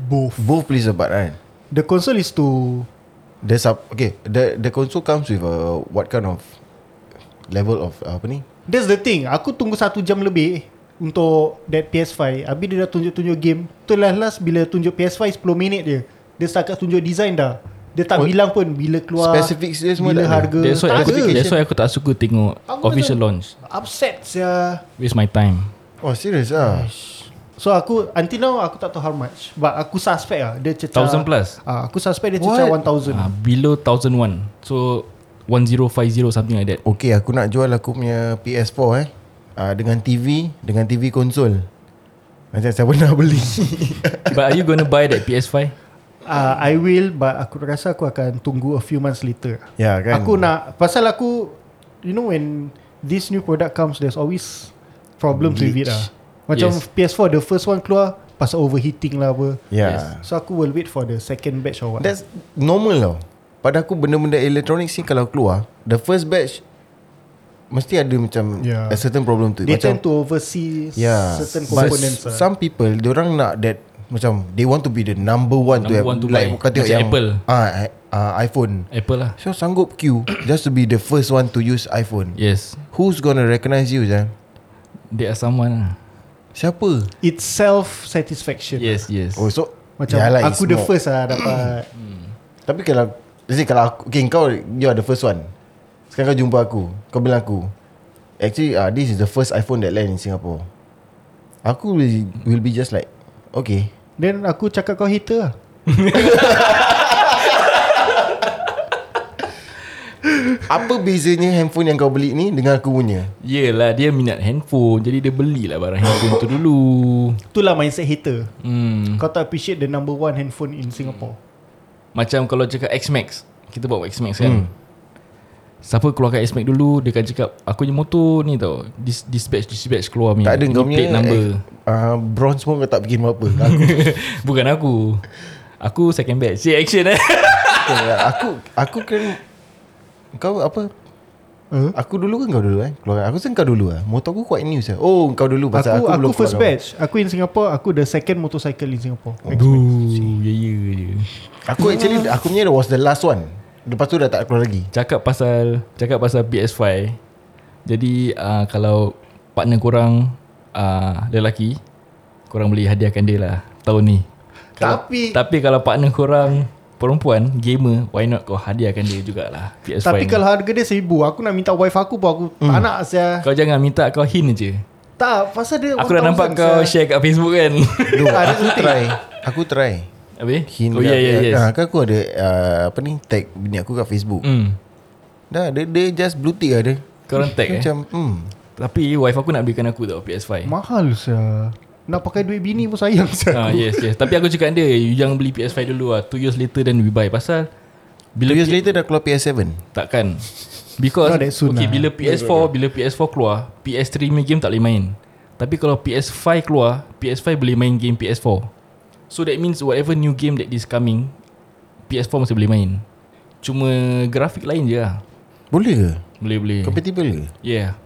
S4: Both
S3: Both plays a part right
S4: The console is to
S3: The sub okay, the the console comes with a what kind of level of uh, apa ni?
S4: That's the thing Aku tunggu satu jam lebih Untuk that PS5 Habis dia dah tunjuk-tunjuk game Tu last last bila tunjuk PS5 10 minit dia Dia setakat tunjuk design dah Dia
S3: Oh,
S4: tak bilang pun bila keluar
S3: specifics dia semua tak
S4: Bila
S3: ada.
S4: harga
S2: That's why
S4: Tak
S2: aku
S4: ada.
S2: that's why aku tak suka tengok
S4: Aku
S2: official
S4: macam-
S2: launch.
S4: Upset sia
S2: Waste my time.
S3: Oh serious ah.
S4: So aku Until now aku tak tahu how much But aku suspect lah Dia cecah
S2: 1000 plus?
S4: Ah, Aku suspect dia cecah
S3: What?
S4: 1000
S2: uh, Below 1001 So 1050 something like that
S3: Okay aku nak jual aku punya PS4 eh uh, Dengan TV Dengan TV konsol Macam siapa nak beli
S2: But are you going to buy that PS5?
S4: Uh, I will but aku rasa aku akan tunggu a few months later.
S3: Ya, kan?
S4: Aku nak pasal aku you know when this new product comes there's always problems Glitch. with it
S3: Glitch.
S4: lah. Macam
S2: Yes.
S4: yes. PS4 the first one keluar pasal overheating lah apa.
S3: Ya yes.
S4: So aku will wait for the second batch or what.
S3: That's normal tau Pada aku benda-benda elektronik ni kalau keluar The first batch Mesti ada macam
S4: Ya.
S3: yeah. A certain problem tu
S4: They
S3: macam,
S4: tend to oversee
S3: Yeah.
S4: certain
S3: Ya. But
S4: components. lah.
S3: Some people dia orang nak that macam they want to be the number one
S2: Number
S3: to have
S2: one to
S3: like
S2: buy.
S3: kau tengok
S2: Macam
S3: yang
S2: Apple.
S3: ah uh, iPhone.
S2: Apple lah
S3: So sanggup queue just to be the first one to use iPhone.
S2: Yes
S3: Who's gonna recognize you Jan?
S2: There are someone lah
S3: Siapa?
S4: It's self satisfaction.
S2: Yes yes
S3: Oh so
S4: Macam
S3: yalah, it's
S4: aku the
S3: more.
S4: first lah dapat.
S3: Tapi kalau let's say kalau aku, okay, kau you are the first one. Sekarang kau jumpa aku, kau bilang aku. Actually uh, this is the first iPhone that land in Singapore. Aku will, will be just like okay.
S4: Then aku cakap kau hater lah.
S3: Apa bezanya handphone yang kau beli ni dengan aku punya?
S2: Yelah dia minat handphone Jadi dia belilah barang handphone tu dulu
S4: Itulah mindset hater.
S2: hmm.
S4: Kau tak appreciate the number one handphone in Singapore.
S3: Hmm.
S2: Macam kalau cakap X-Max Kita bawa X-Max kan hmm. Siapa keluarkan X-Max dulu Dia akan cakap Aku punya motor ni tau Dis Dispatch Dispatch keluar punya
S3: Tak ada
S2: Ni
S3: kau punya
S2: plate number
S3: eh, uh, Bronze pun kau tak bikin apa-apa aku,
S2: Bukan aku Aku second batch Si action eh
S3: ya, aku Aku kan Kau apa
S4: Huh?
S3: Aku dulu kan kau dulu eh Keluar Aku sen kau dulu lah Motor aku quite new sah. Oh kau dulu pasal aku,
S4: aku, aku,
S3: belum
S4: aku first
S3: keluar.
S4: batch. Aku in Singapore, aku the second motorcycle in Singapore.
S3: Oh,
S2: Duh Ya ya je
S3: Aku actually Aku punya was the last one Lepas tu dah tak keluar lagi
S2: Cakap pasal Cakap pasal PS5 Jadi uh, Kalau Partner korang uh, Lelaki Korang boleh hadiahkan dia lah Tahun ni Kalau-
S4: Tapi-
S2: Tapi kalau partner korang Perempuan Gamer Why not kau hadiahkan dia jugalah PS5
S4: Tapi
S2: ni.
S4: kalau harga dia seribu, aku nak minta wife aku pun aku tak
S3: Hmm.
S4: nak saya.
S2: Kau jangan minta kau hint je
S4: Tak, pasal dia
S2: Aku dah
S4: 1000
S2: nampak kau
S4: sia.
S2: share kat Facebook kan
S3: Duh, Aku try Aku try
S2: Habis?
S3: Hin-
S2: oh ya ya yes
S3: Ah, Kan aku ada uh, Apa ni Tag bini aku kat Facebook
S2: Hmm.
S3: Dah dia, dia just blue tick lah dia
S2: Korang tag eh
S3: Macam hmm.
S2: Tapi wife aku nak belikan aku tau PS5
S4: Mahal saya. Nak pakai duit bini pun sayang saya.
S2: Ah yes yes Tapi aku cakap dia You jangan beli PS5 dulu lah 2 years later then we buy Pasal
S3: Two
S2: Bila
S3: years later dah keluar PS7
S2: Takkan Because
S4: Not that soon
S2: Okay
S4: lah.
S2: bila PS4 Bila PS4 keluar PS3 punya game tak boleh main Tapi kalau PS5 keluar PS5 boleh main game PS4 So that means Whatever new game that is coming PS4 masih boleh main Cuma Grafik lain je lah
S3: Boleh ke?
S2: Boleh-boleh
S3: Compatible ke?
S2: Yeah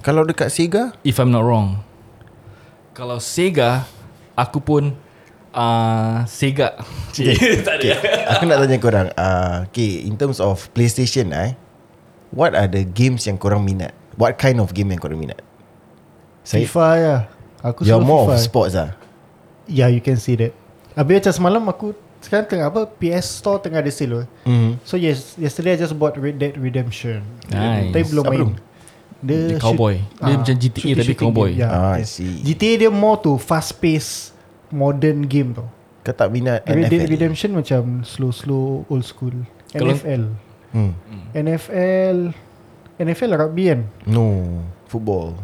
S3: Kalau dekat Sega
S2: If I'm not wrong Kalau Sega Aku pun uh, Sega Cik tak ada
S3: Aku nak tanya korang uh, Okay in terms of Playstation eh What are the games yang korang minat? What kind of game yang korang minat? Saya
S4: FIFA ya. Aku
S3: You're
S4: selalu
S3: more
S4: FIFA. eh.
S3: of sports lah
S4: Yeah, you can see that. Habis macam semalam aku sekarang tengah apa PS Store tengah ada sale. weh.
S2: Mm-hmm.
S3: mm.
S4: So yes, yesterday I just bought Red Dead Redemption.
S2: Nice.
S4: Tapi belum
S3: Apa
S4: main. Ah,
S3: tu?
S2: Dia cowboy. Dia macam GTA
S4: shooting-
S2: tapi
S4: shooting
S2: cowboy.
S4: game. Yeah,
S3: Ah, I
S4: yes.
S3: see.
S4: GTA dia more to fast paced modern game tau.
S3: Kau tak minat
S4: Red Dead
S3: NFL
S4: Redemption macam slow-slow old school.
S2: Kalau-
S4: NFL.
S3: hmm.
S4: NFL. NFL lah rugby kan?
S3: No Football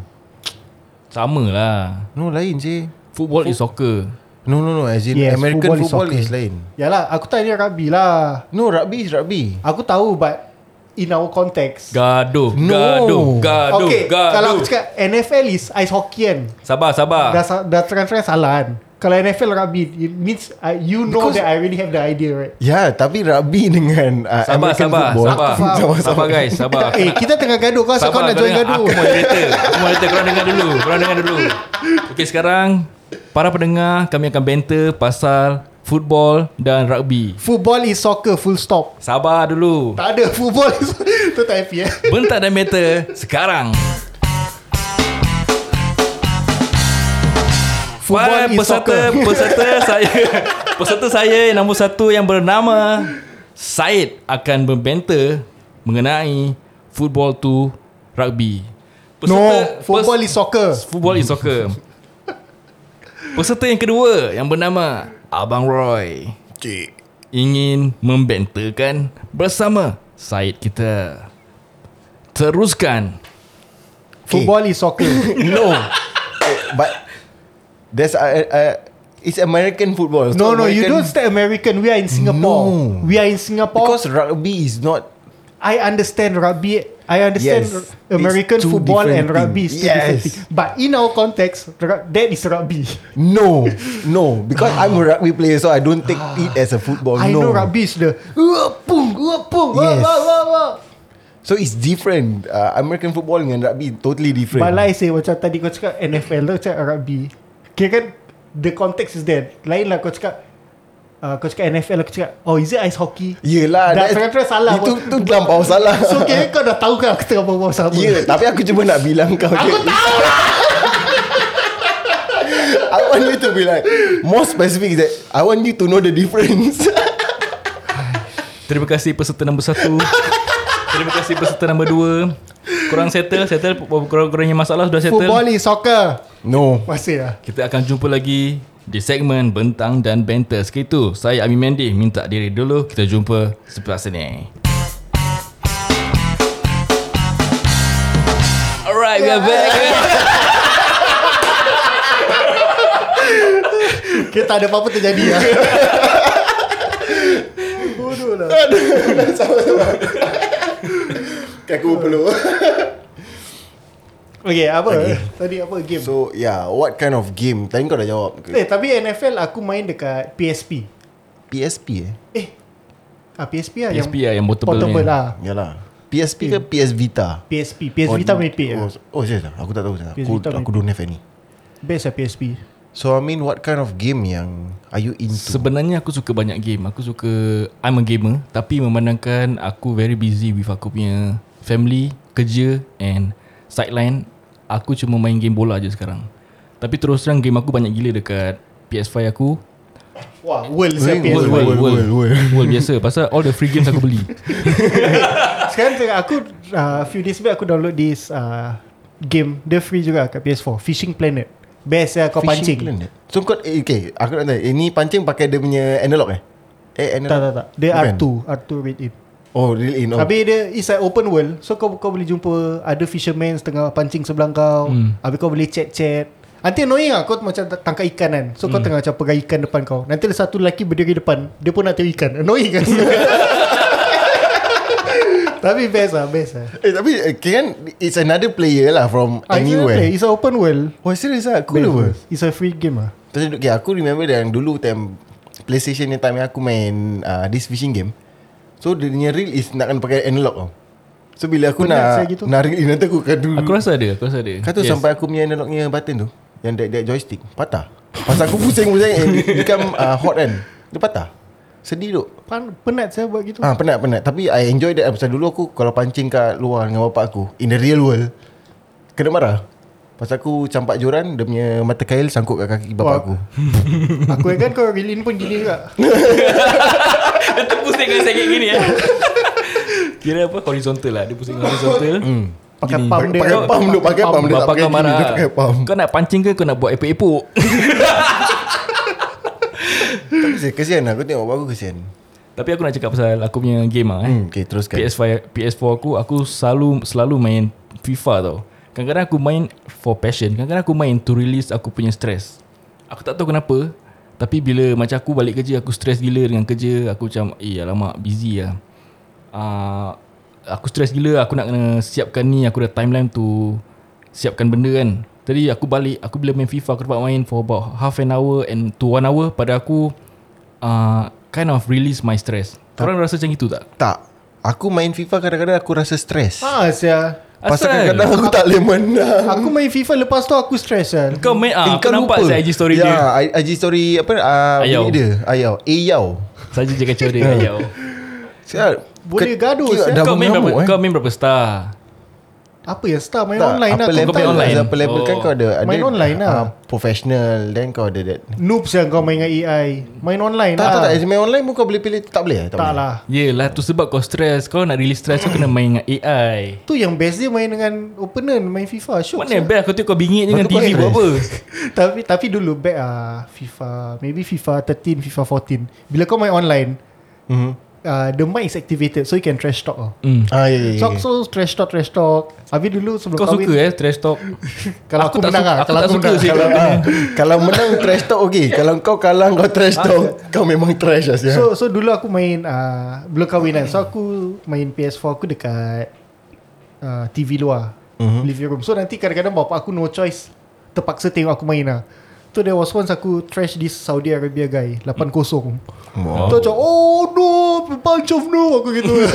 S2: Sama lah
S3: No lain je
S2: Football is soccer
S3: No no no As in
S4: Yes,
S3: American football,
S4: football
S3: is,
S4: is
S3: lain
S4: Yalah, Ya aku tak ada rugby lah.
S3: No rugby is rugby
S4: Aku tahu but in our context.
S2: Gaduh
S3: No.
S2: Gaduh Gaduh
S4: okay,
S2: Gaduh
S4: kalau aku cakap NFL is ice hockey kan?
S2: Sabar sabar
S3: Ah.
S4: Dah, sa- dah terang-terang salah kan? Kalau NFL rugby, it means I, you know
S3: Because-
S4: that I already have the idea right?
S3: Ya tapi rugby dengan uh,
S2: Sabar
S3: American
S2: sabar
S3: football
S2: Sabar
S4: Aku
S2: Sabar
S4: faham.
S2: Sabar guys
S3: Ah.
S2: Sabar
S4: eh, kita tengah gaduh. Kau rasa kau nak
S2: korang
S4: join
S2: dengar.
S4: gaduh?
S2: Aku moderator Aku moderator Korang dengar dulu Korang dengar dulu Okay sekarang Para pendengar Kami akan banter Pasal Football Dan rugby
S4: Football is soccer, full stop.
S2: Sabar dulu
S4: Tak ada, football is... tu tak happy eh?
S2: Bentar dan banter Sekarang Para
S4: Football is
S2: peserta
S4: soccer.
S2: Peserta saya Peserta saya yang nombor satu Yang bernama Said Akan berbenter Mengenai Football to Rugby
S4: No, football is soccer.
S2: Football is soccer Peserta yang kedua yang bernama Abang Roy
S3: Cik.
S2: ingin membenterkan bersama Syed kita. Teruskan.
S4: Football is soccer.
S2: No.
S3: Eh, But there's a, a, a it's American football. It's
S4: no,
S3: not
S4: no, you
S3: American-
S4: don't stay American. We are in Singapore.
S3: No.
S4: We are in Singapore.
S3: Because rugby is not
S4: I understand rugby. I understand
S3: Yes. It's
S4: American
S3: two
S4: football
S3: different
S4: and rugby is
S3: thing.
S4: two
S3: Yes.
S4: different thing. But in our context, rug- that is rugby.
S3: no no because I'm a rugby player so I don't take it as a football.
S4: I
S3: Oh, no.
S4: know rugby is the "Wah, pung, wah, pung, wah,
S3: Yes.
S4: wah, wah, wah."
S3: So it's different. Uh, American football dengan rugby totally different.
S4: But like I say Macam tadi kau cakap NFL Kau cakap rugby Kira kan The context is there Lain lah kau cakap uh, Kau cakap NFL Aku cakap Oh is it ice hockey
S3: Yelah
S4: Dah
S3: that's-
S4: terang-terang salah
S3: Itu
S4: pun.
S3: tu terlampau salah
S4: So kira kau dah tahu kan Aku tengah bawa sama
S3: Ya tapi aku cuma nak bilang kau Aku tahu lah. I want you to be like More specific is that I want you to know the difference
S2: Terima kasih peserta nombor satu. Terima kasih peserta nombor dua. Korang settle, settle. Korang-korang yang masalah sudah settle.
S4: Football is soccer
S3: No
S4: Masih lah
S2: Kita akan jumpa lagi di segmen Bentang dan Banter. Sekali itu, saya Ami Mendy minta diri dulu. Kita jumpa selepas ini. Alright, we are back.
S4: Kita tak ada apa-apa terjadi lah Bodoh lah
S3: Kaku perlu
S4: Okay apa Tadi apa game
S3: So yeah What kind of game Tadi kau dah jawab
S4: Eh tapi NFL aku main dekat PSP
S3: PSP eh
S4: Eh ah, PSP lah
S2: PSP lah, yang portable
S4: portable
S2: ni.
S4: lah
S3: Yalah PSP ke PS Vita
S4: PSP PS Vita main pick
S3: Oh,
S4: lah
S3: oh serious lah Aku tak tahu
S4: PS
S3: Aku,
S4: Vita
S3: aku
S4: merepek.
S3: don't have any
S4: Best lah PSP
S3: So I mean what kind of game yang Are you into
S2: Sebenarnya aku suka banyak game. Aku suka I'm a gamer tapi memandangkan aku very busy with aku punya family, kerja and sideline. Aku cuma main game bola je sekarang. Tapi terus terang game aku banyak gila dekat PS5 aku.
S4: Wah world
S3: siap
S4: siap
S3: World,
S2: World, world,
S4: PSP
S2: world, world,
S3: world, world.
S2: world biasa. Pasal all the free games aku beli.
S4: Sekarang tengah aku uh, Few days back aku download this uh, Game Dia free juga kat PS4 Fishing Planet Best lah kau
S3: Fishing
S4: pancing
S3: planet. So kau eh, Okay Aku nak tanya Ini pancing pakai dia punya analog eh Eh analog
S4: Tak tak tak Dia
S3: Bukan?
S4: R2 R2 read in
S3: Oh real in oh.
S4: Habis dia It's like open world So kau kau boleh jumpa Ada fisherman Tengah pancing sebelah kau Habis kau boleh chat-chat Nanti annoying lah Kau macam tak- tangkap ikan kan So kau tengah macam pegang ikan depan kau Nanti ada satu lelaki berdiri depan Dia pun nak tengok ikan Annoying kan Tapi best lah Best lah
S3: Eh tapi eh, Kan It's another player lah From
S4: Ah, it's a
S3: anywhere
S4: play. It's an open world
S3: Wah serius lah Cool
S4: Best,
S3: apa
S4: best. It's a free game lah
S3: Terus okay, aku remember yang dulu time PlayStation yang time yang aku main uh, This fishing game So dia punya reel is Nak kena pakai analog tau So bila aku
S4: Penat
S3: nak
S4: saya gitu.
S3: Nak reel in Nanti aku akan dulu
S2: Aku rasa ada, aku rasa ada.
S3: Kata yes. sampai aku punya analognya button tu Yang that, that joystick Patah Pasal aku pusing-pusing And it become uh, hot kan Dia patah Sedih duk
S4: Pan, Penat saya buat gitu
S3: Ah penat penat Tapi I enjoy that Pasal dulu aku Kalau pancing kat luar Dengan bapak aku In the real world Kena marah Pasal aku campak joran Dia punya mata kail Sangkut kat kaki bapak
S4: Wah.
S3: aku
S4: Aku ingat kau Rilin pun gini juga
S2: Dia terpusing dengan sakit gini eh. Kira apa horizontal lah Dia pusing horizontal hmm.
S4: Pakai pump dia
S3: Pakai pam duk Pakai pam Dia tak
S2: Bapak
S3: pakai
S2: kau
S3: gini
S2: marah
S3: Dia pakai pam
S2: Kau nak pancing ke Kau nak buat epok-epok
S3: Tapi saya Kesian lah Aku tengok bapak aku kesian
S2: Tapi aku nak cakap pasal Aku punya game lah eh.
S3: Hmm, okay, teruskan.
S2: PS5, PS4 aku Aku selalu Selalu main FIFA tau Kadang-kadang aku main For passion Kadang-kadang aku main To release aku punya stress Aku tak tahu kenapa Tapi bila Macam aku balik kerja Aku stress gila dengan kerja Aku macam Eh alamak Busy lah uh, Aku stress gila Aku nak kena Siapkan ni Aku ada timeline to Siapkan benda kan Tadi aku balik Aku bila main FIFA Aku dapat main For about half an hour And to one hour Pada aku uh, Kind of release my stress Korang rasa macam itu tak?
S3: Tak Aku main FIFA kadang-kadang Aku rasa stres
S4: Ah, sia.
S3: Pasal
S2: kan?
S3: kadang-kadang aku tak boleh menang
S4: Aku main FIFA lepas tu aku stress kan.
S2: Kau main ah,
S3: Eh,
S2: Kau nampak saya IG story
S3: ya,
S2: dia
S3: I- IG story apa uh,
S2: Ayau.
S3: bunyi dia Ayau Ayau
S2: Saja je kacau dia ayau.
S3: Sial,
S4: Boleh
S3: kat-
S4: gaduh,
S3: kira
S4: sial.
S3: Eh, Dah
S2: Kau main berapa
S3: mengamuk eh
S2: Kau main berapa star
S4: Apa yang star main
S3: Tak,
S4: online lah
S3: apa level,
S2: kau main online.
S3: Apa level oh. kan kau ada, ada
S4: Main online lah.
S3: ah, Professional Then kau ada that
S4: Noob yang kau main dengan AI Main online
S3: Tak
S4: lah
S3: tak tak Main online pun kau boleh pilih Tak boleh eh?
S4: Tak
S3: boleh.
S4: lah
S2: Yelah tu sebab kau stress Kau nak release stress Kau kena main dengan AI
S4: Tu yang best dia main dengan opponent Main FIFA Syuk
S2: Mana best Kau tengok kau bingit je dengan
S3: Lepas tu
S2: TV
S3: kau
S2: buat apa
S4: tapi tapi dulu back ah FIFA maybe FIFA 13 FIFA 14 bila kau main online
S3: Mhm.
S4: uh, the mic is activated so you can trash talk oh.
S2: hmm.
S3: Ah ya ya ya.
S4: So, so trash talk trash talk Habis dulu sebelum
S2: Kau
S4: kahwin
S2: suka eh Trash talk
S4: Kalau
S2: Aku
S4: aku,
S2: tak
S4: menang
S2: suka-
S4: lah
S2: aku
S4: Kalau
S2: tak
S4: aku
S2: suka
S4: menang
S2: sih.
S3: Kalau ah, kalau menang trash talk okey. Kalau kau kalah kau trash talk, kau memang trash asyik.
S4: So so dulu aku main uh, Belum kahwin kan So aku main PS4 aku dekat uh, TV luar
S2: Mhm.
S4: mm-hmm. Living room So nanti kadang-kadang bapak aku no choice Terpaksa tengok aku main lah So there was once aku trash this Saudi Arabia guy 8-0
S3: Wow.
S4: Tu macam Oh no Bunch of no Aku gitu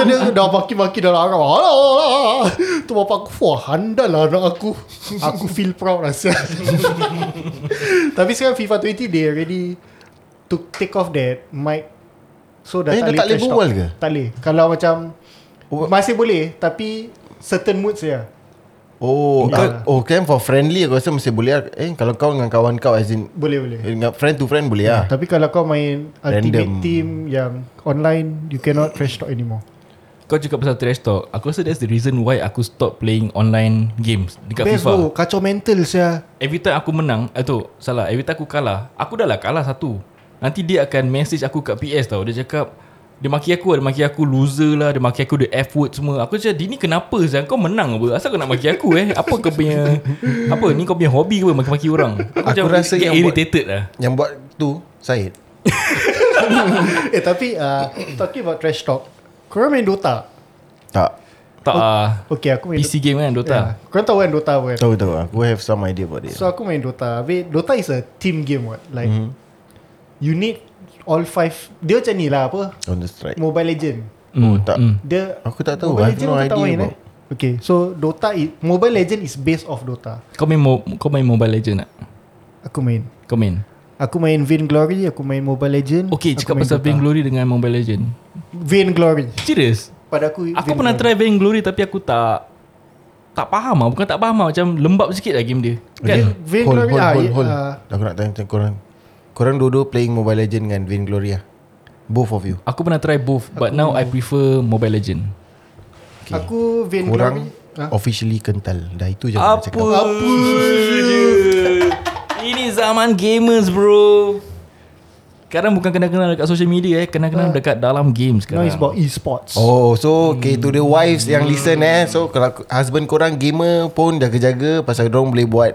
S4: Tu dia dah maki-maki Dah larang Alah, alah, alah. Tu bapak aku Wah handal lah anak aku Aku feel proud lah sial. Tapi sekarang FIFA 20 They already To take off that Mic So dah
S3: Eh,
S4: tak,
S3: dah tak boleh
S4: trash talk.
S3: berbual ke?
S4: Tak boleh Kalau macam Masih boleh Tapi Certain ya. mood saya
S3: Oh, yeah.
S4: Ya.
S3: oh kan for friendly aku rasa mesti boleh lah. eh kalau kau dengan kawan kau as in
S4: Boleh boleh
S3: eh, dengan friend to friend boleh lah.
S4: Tapi kalau kau main Ultimate
S3: Random.
S4: team Yang online You cannot trash talk anymore
S2: Kau cakap pasal trash talk Aku rasa that's the reason Why aku stop playing Online games Dekat
S4: Best
S2: FIFA
S4: bro Kacau mental saya
S2: Every time aku menang eh, tu Salah Every time aku kalah Aku dah lah kalah satu Nanti dia akan message aku kat PS tau Dia cakap Dia maki aku lah, Dia maki aku loser lah Dia maki aku the F word semua Aku cakap Dini kenapa Zan Kau menang apa Asal kau nak maki aku eh Apa kau punya Apa ni kau punya hobi ke apa Maki-maki orang
S3: Aku rasa
S2: get
S3: yang buat-
S2: irritated lah
S3: Yang buat tu Syed.
S4: Eh tapi uh, Talking about trash talk Korang main Dota
S3: Tak.
S2: Tak
S3: Oh.
S2: ah
S4: Okay aku main
S2: PC game kan Dota
S3: Ya.
S4: yeah. Korang tahu kan Dota kan
S3: Tahu tahu aku have some idea about it.
S4: So aku main Dota Habis Dota is a team game what Like
S3: Mhm.
S4: mm-hmm. You need All five Dia macam ni lah apa
S3: Counter Strike.
S4: Mobile Legend
S2: Oh
S3: tak.
S4: Dia
S3: Aku tak tahu. I
S4: Mobile
S3: have
S4: Legend
S3: no
S4: kau tak
S3: idea
S4: main,
S3: about.
S4: eh? Okay so Dota is, Mobile Legend is based off Dota
S2: Kau main mo- kau main Mobile Legend tak?
S4: Aku main
S2: Kau main.
S4: Aku main Vainglory Aku main Mobile Legend
S2: Okay,
S4: aku
S2: cakap
S4: main
S2: pasal
S4: Dota.
S2: Vainglory dengan Mobile Legend.
S4: Vainglory
S2: Serius?
S4: Pada aku
S2: Aku pernah try Vainglory tapi aku tak tak faham lah. Bukan tak faham lah. Macam lembab sikit lah game dia. Kan?
S3: Hold,
S4: Vainglory
S3: hold,
S4: ah,
S3: hold,
S4: ya,
S3: hold.
S4: ah,
S3: Aku nak tanya macam korang. Korang dua-dua playing Mobile Legend dengan Vainglory lah. Both of you.
S2: Aku pernah try both but now I prefer Mobile Legend.
S3: Okay.
S4: Aku Vainglory
S3: Korang
S4: Ah.
S3: officially kental. Dah itu je aku nak cakap.
S2: Apa je? Ini zaman gamers bro. Sekarang bukan kenal-kenal dekat social media eh. Kenal-kenal dekat dalam games
S4: Now
S2: sekarang.
S4: it's about esports.
S3: Oh so okay to the wives yang
S2: Hmm.
S3: listen eh So kalau k- husband korang gamer pun dah kejaga Pasal dorang boleh buat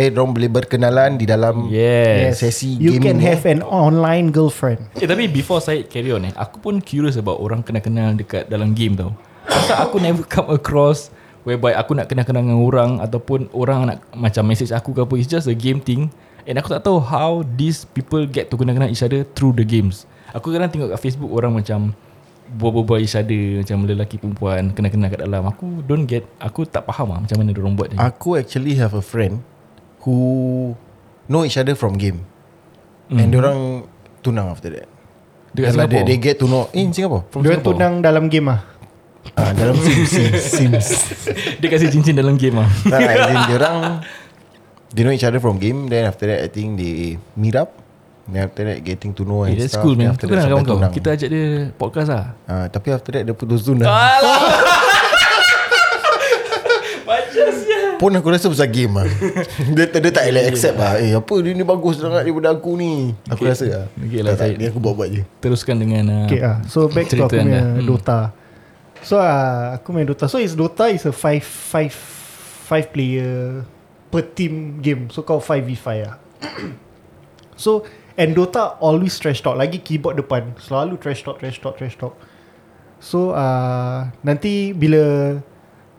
S3: Eh dorang boleh berkenalan di dalam
S2: Yes.
S3: Sesi
S4: You
S3: gaming
S4: can have
S3: eh.
S4: an online girlfriend.
S2: Eh tapi before saya carry on eh Aku pun curious about orang kenal-kenal dekat dalam game tau Pasal aku never come across Whereby aku nak kenal-kenal dengan orang Ataupun orang nak macam message aku ke apa It's just a game thing And aku tak tahu how these people get to kenal-kenal each other Through the games Aku kadang tengok kat Facebook orang macam Bual-bual each other Macam lelaki perempuan Kenal-kenal kat dalam Aku don't get Aku tak faham lah Macam mana orang buat ni
S3: Aku actually have a friend Who Know each other from game mm. And dorang Tunang after that
S2: Hmm. Dekat
S3: Like,
S2: Singapore
S3: they, they get to know Eh, In Singapore
S2: From
S4: Dia
S2: Singapore.
S4: tunang dalam game ah.
S3: ah, Dalam Sims Sims, Sims.
S2: Dia kasi cincin dalam game lah
S3: Tak as in dorang They know each other from game Then after that I think they Meet up Then after that getting to know and
S2: Eh, that's
S3: stuff
S2: cool
S3: Then
S2: man
S3: after
S2: Kau
S3: that
S2: kenal
S3: sampai
S2: kawan kau
S3: tunang.
S2: Kita ajak dia podcast lah
S3: Ah, tapi after that dia putus tunang.
S2: Ah.
S3: Pun aku rasa pasal game lah dia, dia tak elak accept lah Eh apa dia ni bagus sangat daripada aku ni Aku
S2: Okay.
S3: rasa lah
S2: Okay lah,
S3: Tak, tak,
S2: Syed.
S3: Ni aku buat-buat je
S2: Teruskan dengan uh,
S4: Okay ah. So back to
S2: Cerita
S4: aku punya
S2: anda. Hmm.
S4: Dota. So ah, aku main Dota. So is Dota is a five five five player per team game. So kau 5v5 ah. so and Dota always trash talk. Lagi keyboard depan selalu trash talk trash talk trash talk. So ah nanti bila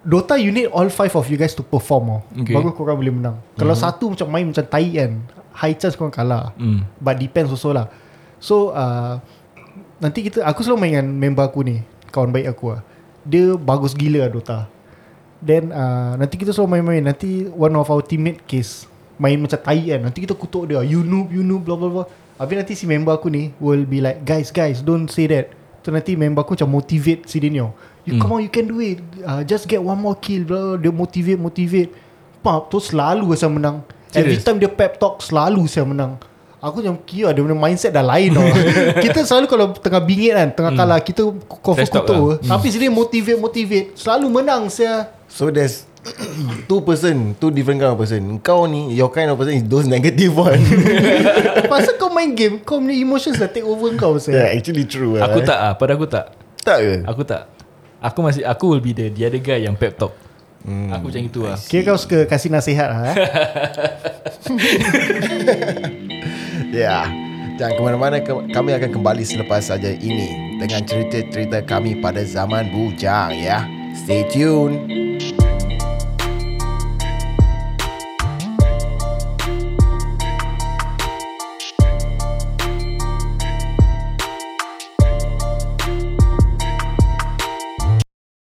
S4: Dota you need all five of you guys to perform oh.
S2: Okay. Mhm.
S4: Baru korang boleh menang. Kalau satu macam main macam tai kan, high chance korang kalah.
S2: Hmm.
S4: But depends also lah So uh, Nanti kita Aku selalu main dengan member aku ni Kawan baik aku lah Dia bagus gila lah Dota Then uh, Nanti kita selalu main-main Nanti one of our teammate case Main macam tai kan Nanti kita kutuk dia You noob You noob blah blah blah Habis nanti si member aku ni Will be like Guys guys don't say that Tu nanti member aku macam motivate si Daniel You come on you can do it uh, Just get one more kill blah, blah. Dia motivate motivate Pump tu selalu saya menang Every
S2: Serious?
S4: time dia pep talk Selalu saya menang Aku macam kira Dia punya mindset dah lain tau. Kita selalu kalau tengah bingit kan Tengah kalah Kita cover
S2: Hmm. Trash talk lah. Hmm.
S4: kutu Tapi sini motivate-motivate Selalu menang saya
S3: So there's two person, two different kind of person. Kau ni, your kind of person is those negative one.
S4: Pasal kau main game Kau punya emotions dah take over kau saya
S3: yeah, actually true. lah,
S2: Aku
S3: eh.
S2: tak ah, pada aku tak.
S3: tak ke?
S2: Aku tak. Aku masih aku will be the the other guy yang pep talk. Aku macam itu lah.
S4: Kira kau suka kasih nasihat lah eh?
S3: Yeah. Jangan ke mana-mana Ya. ke- Kami akan kembali selepas saja ini Dengan cerita-cerita kami pada zaman bujang ya Stay tuned